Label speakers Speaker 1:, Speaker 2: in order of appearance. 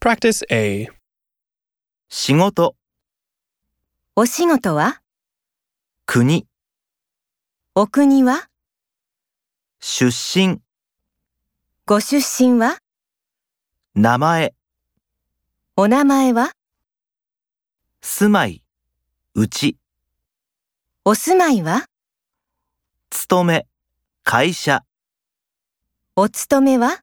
Speaker 1: Practice A.
Speaker 2: 仕事、
Speaker 3: お仕事は
Speaker 2: 国、
Speaker 3: お国は
Speaker 2: 出身、
Speaker 3: ご出身は
Speaker 2: 名前、
Speaker 3: お名前は
Speaker 2: 住まい、うち、
Speaker 3: お住まいは
Speaker 2: 勤め、会社。
Speaker 3: お勤めは